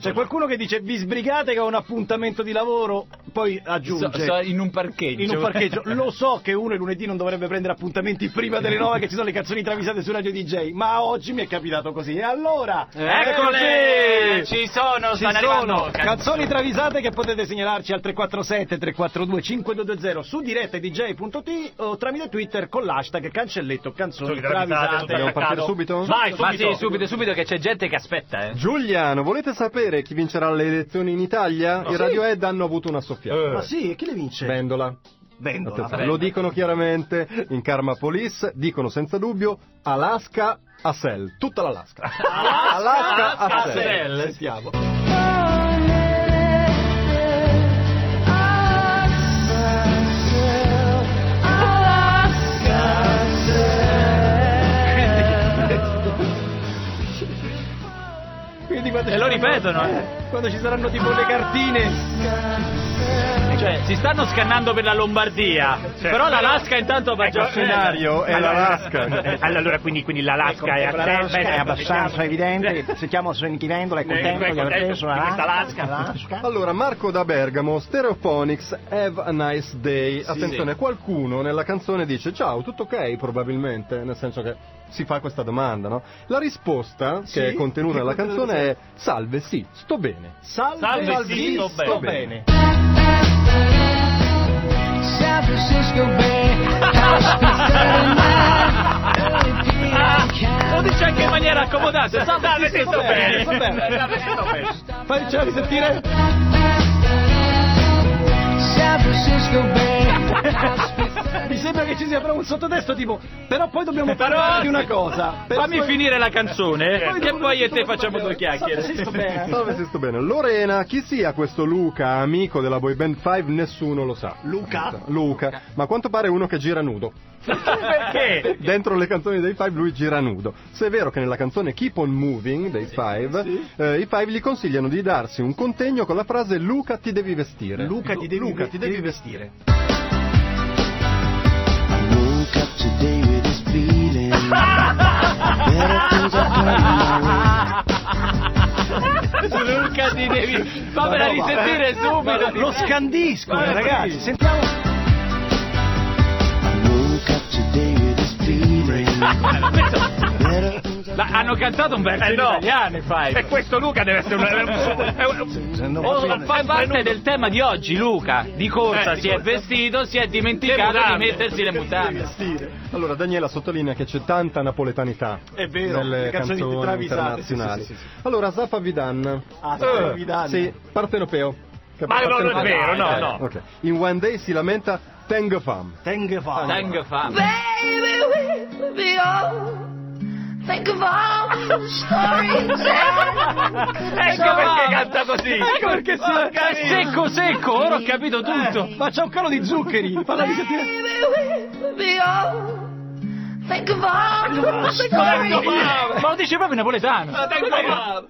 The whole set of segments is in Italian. C'è qualcuno che dice vi sbrigate che ho un appuntamento di lavoro, poi aggiunge So- so in un parcheggio. in un parcheggio. Lo so che uno il lunedì non dovrebbe prendere appuntamenti prima delle nove che ci sono le canzoni travisate su Radio DJ, ma oggi mi è capitato così. E allora, Eccole! eccoci! Ci sono, Ci stanno sono arrivando. canzoni travisate che potete segnalarci al 347 342 5220 su diretta dj.t o tramite Twitter con l'hashtag cancelletto canzoni Travisate, travisate. Dobbiamo partire Attaccato. subito? Vai, ma subito. sì, subito, subito, che c'è gente che aspetta, eh. Giuliano, volete sapere chi vincerà le elezioni in Italia? I sì. Eh. Radiohead hanno avuto una soffiata. Ma sì, e chi le vince? Vendola. Vendola. Attenzione, Lo dicono chiaramente in Karma Police, dicono senza dubbio Alaska Assel, tutta l'Alaska. Alaska Assel. Assel. Sentiamo. Quindi quando E ci lo saranno- ripetono, eh. Quando ci saranno tipo le cartine. Cioè, si stanno scannando per la Lombardia. però l'Alaska intanto va già Il scenario è l'Alaska. Eh, Allora, quindi, quindi Ecco, l'Alaska è a terra, è abbastanza evidente. Se chiamo Sonichi Vendola è contento di aver preso una Alaska. Allora, Marco da Bergamo, Stereophonics, Have a Nice Day. Attenzione, qualcuno nella canzone dice ciao, tutto ok probabilmente, nel senso che si fa questa domanda, no? La risposta che è contenuta nella canzone è salve, sì, sto bene. Salve, Salve, Salve sì, sto, sto bene. bene. San Francisco Bay, house beside Lo dice anche in maniera accomodata. Salve, sì, sto bene. sto bene. Faccela risentire. San Francisco Bay, Mi sembra che ci sia però un sottotesto tipo però poi dobbiamo Però- parlare di una cosa. Per Fammi poi- finire la canzone, che poi io e te facciamo due Salve, sì, sto chiacchiere. bene. Eh? Salve, sì, sto bene. Lorena, chi sia questo Luca, amico della boy band 5, nessuno lo sa. Luca? Luca, ma a quanto pare uno che gira nudo. Perché? Dentro le canzoni dei Five lui gira nudo. Se è vero che nella canzone Keep on Moving dei Five, eh, i Five gli consigliano di darsi un contegno con la frase Luca ti devi vestire. Luca ti devi, Luca, ti devi vestire. I woke up today with this feeling. Better things are coming my way. Luca ti devi... Fammela No, no, ma- risentire subito. Lo scandisco, Vabbè, ragazzi. sì. Sentiamo. I woke up today with this feeling. Better things are Ma hanno cantato un verso Eh, in no. italiano, i Five. E questo Luca deve essere un... è un- Oh, fa parte del tema di oggi, Luca. Di corsa Eh, di si è corsa. vestito, si è Le dimenticato di mutande. mettersi le mutande. Allora Daniela sottolinea che c'è tanta napoletanità È vero, nelle le canzoni canzoni, travisate, internazionali. sì, sì, sì, Allora Zafa Vidan, Ah, Eh, Vidal. sì, partenopeo. Che Ma non è partenopeo. Ah, vero, no, dai, no. Ok. In One Day si lamenta Tengo Fam. Tang fa. Tang fam. Baby, we will be old. Think of all the stories that Ecco perché canta così. Ecco perché Eh, si- Porca è secco secco, ora ho capito tutto. Ma c'è un calo di zuccheri. Falla risentire. Baby, we will be old. Think of all the stories. Ma lo dice proprio in napoletano.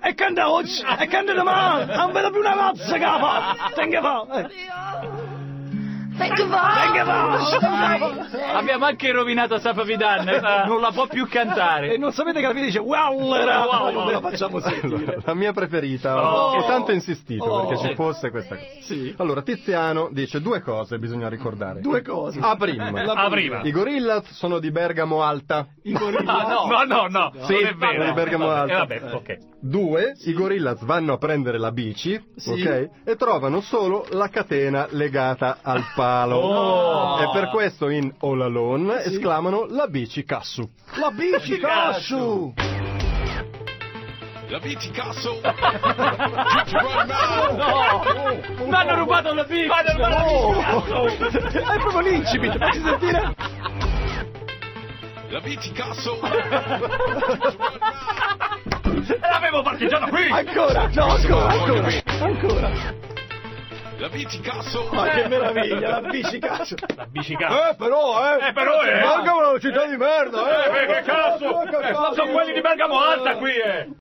E canta oggi, e canta domani. Non vedo più una razza capa. Tang fa. Eh. Think of all the stories. Abbiamo anche rovinato Sapa Vidan, non la può più E cantare. non sapete che alla fine dice wow, era. Wow, Non ve la facciamo Allora, sentire. la mia preferita, Oh. ho tanto insistito Oh. perché ci fosse questa cosa. Sì. Allora, Tiziano dice due cose bisogna ricordare. Due cose. A prima. La Ah, prima. I Gorillaz sono di Bergamo Alta. I gorilla. Ah, No, no, no, non Sì, è vero. di Bergamo Alto. Eh, vabbè, ok. Due, i Gorillaz vanno a prendere la bici, ok? E trovano solo la catena legata al palo. Oh. E per questo in All Alone esclamano la bici Cassu. La bici cascio. La bici cazzo! Right now! Mi hanno rubato la pizza. Oh. È proprio l'incipit. Facci sentire. La bici cazzo! L'avevo parcheggiato qui! Ancora. No, ancora, ancora. Ancora. La bici cazzo! Ma che meraviglia, Eh, la bici cazzo. La bicicata. però, Eh, però, eh! una città di merda, Eh, che cazzo! Eh, Sono quelli di Bergamo Alta qui, eh!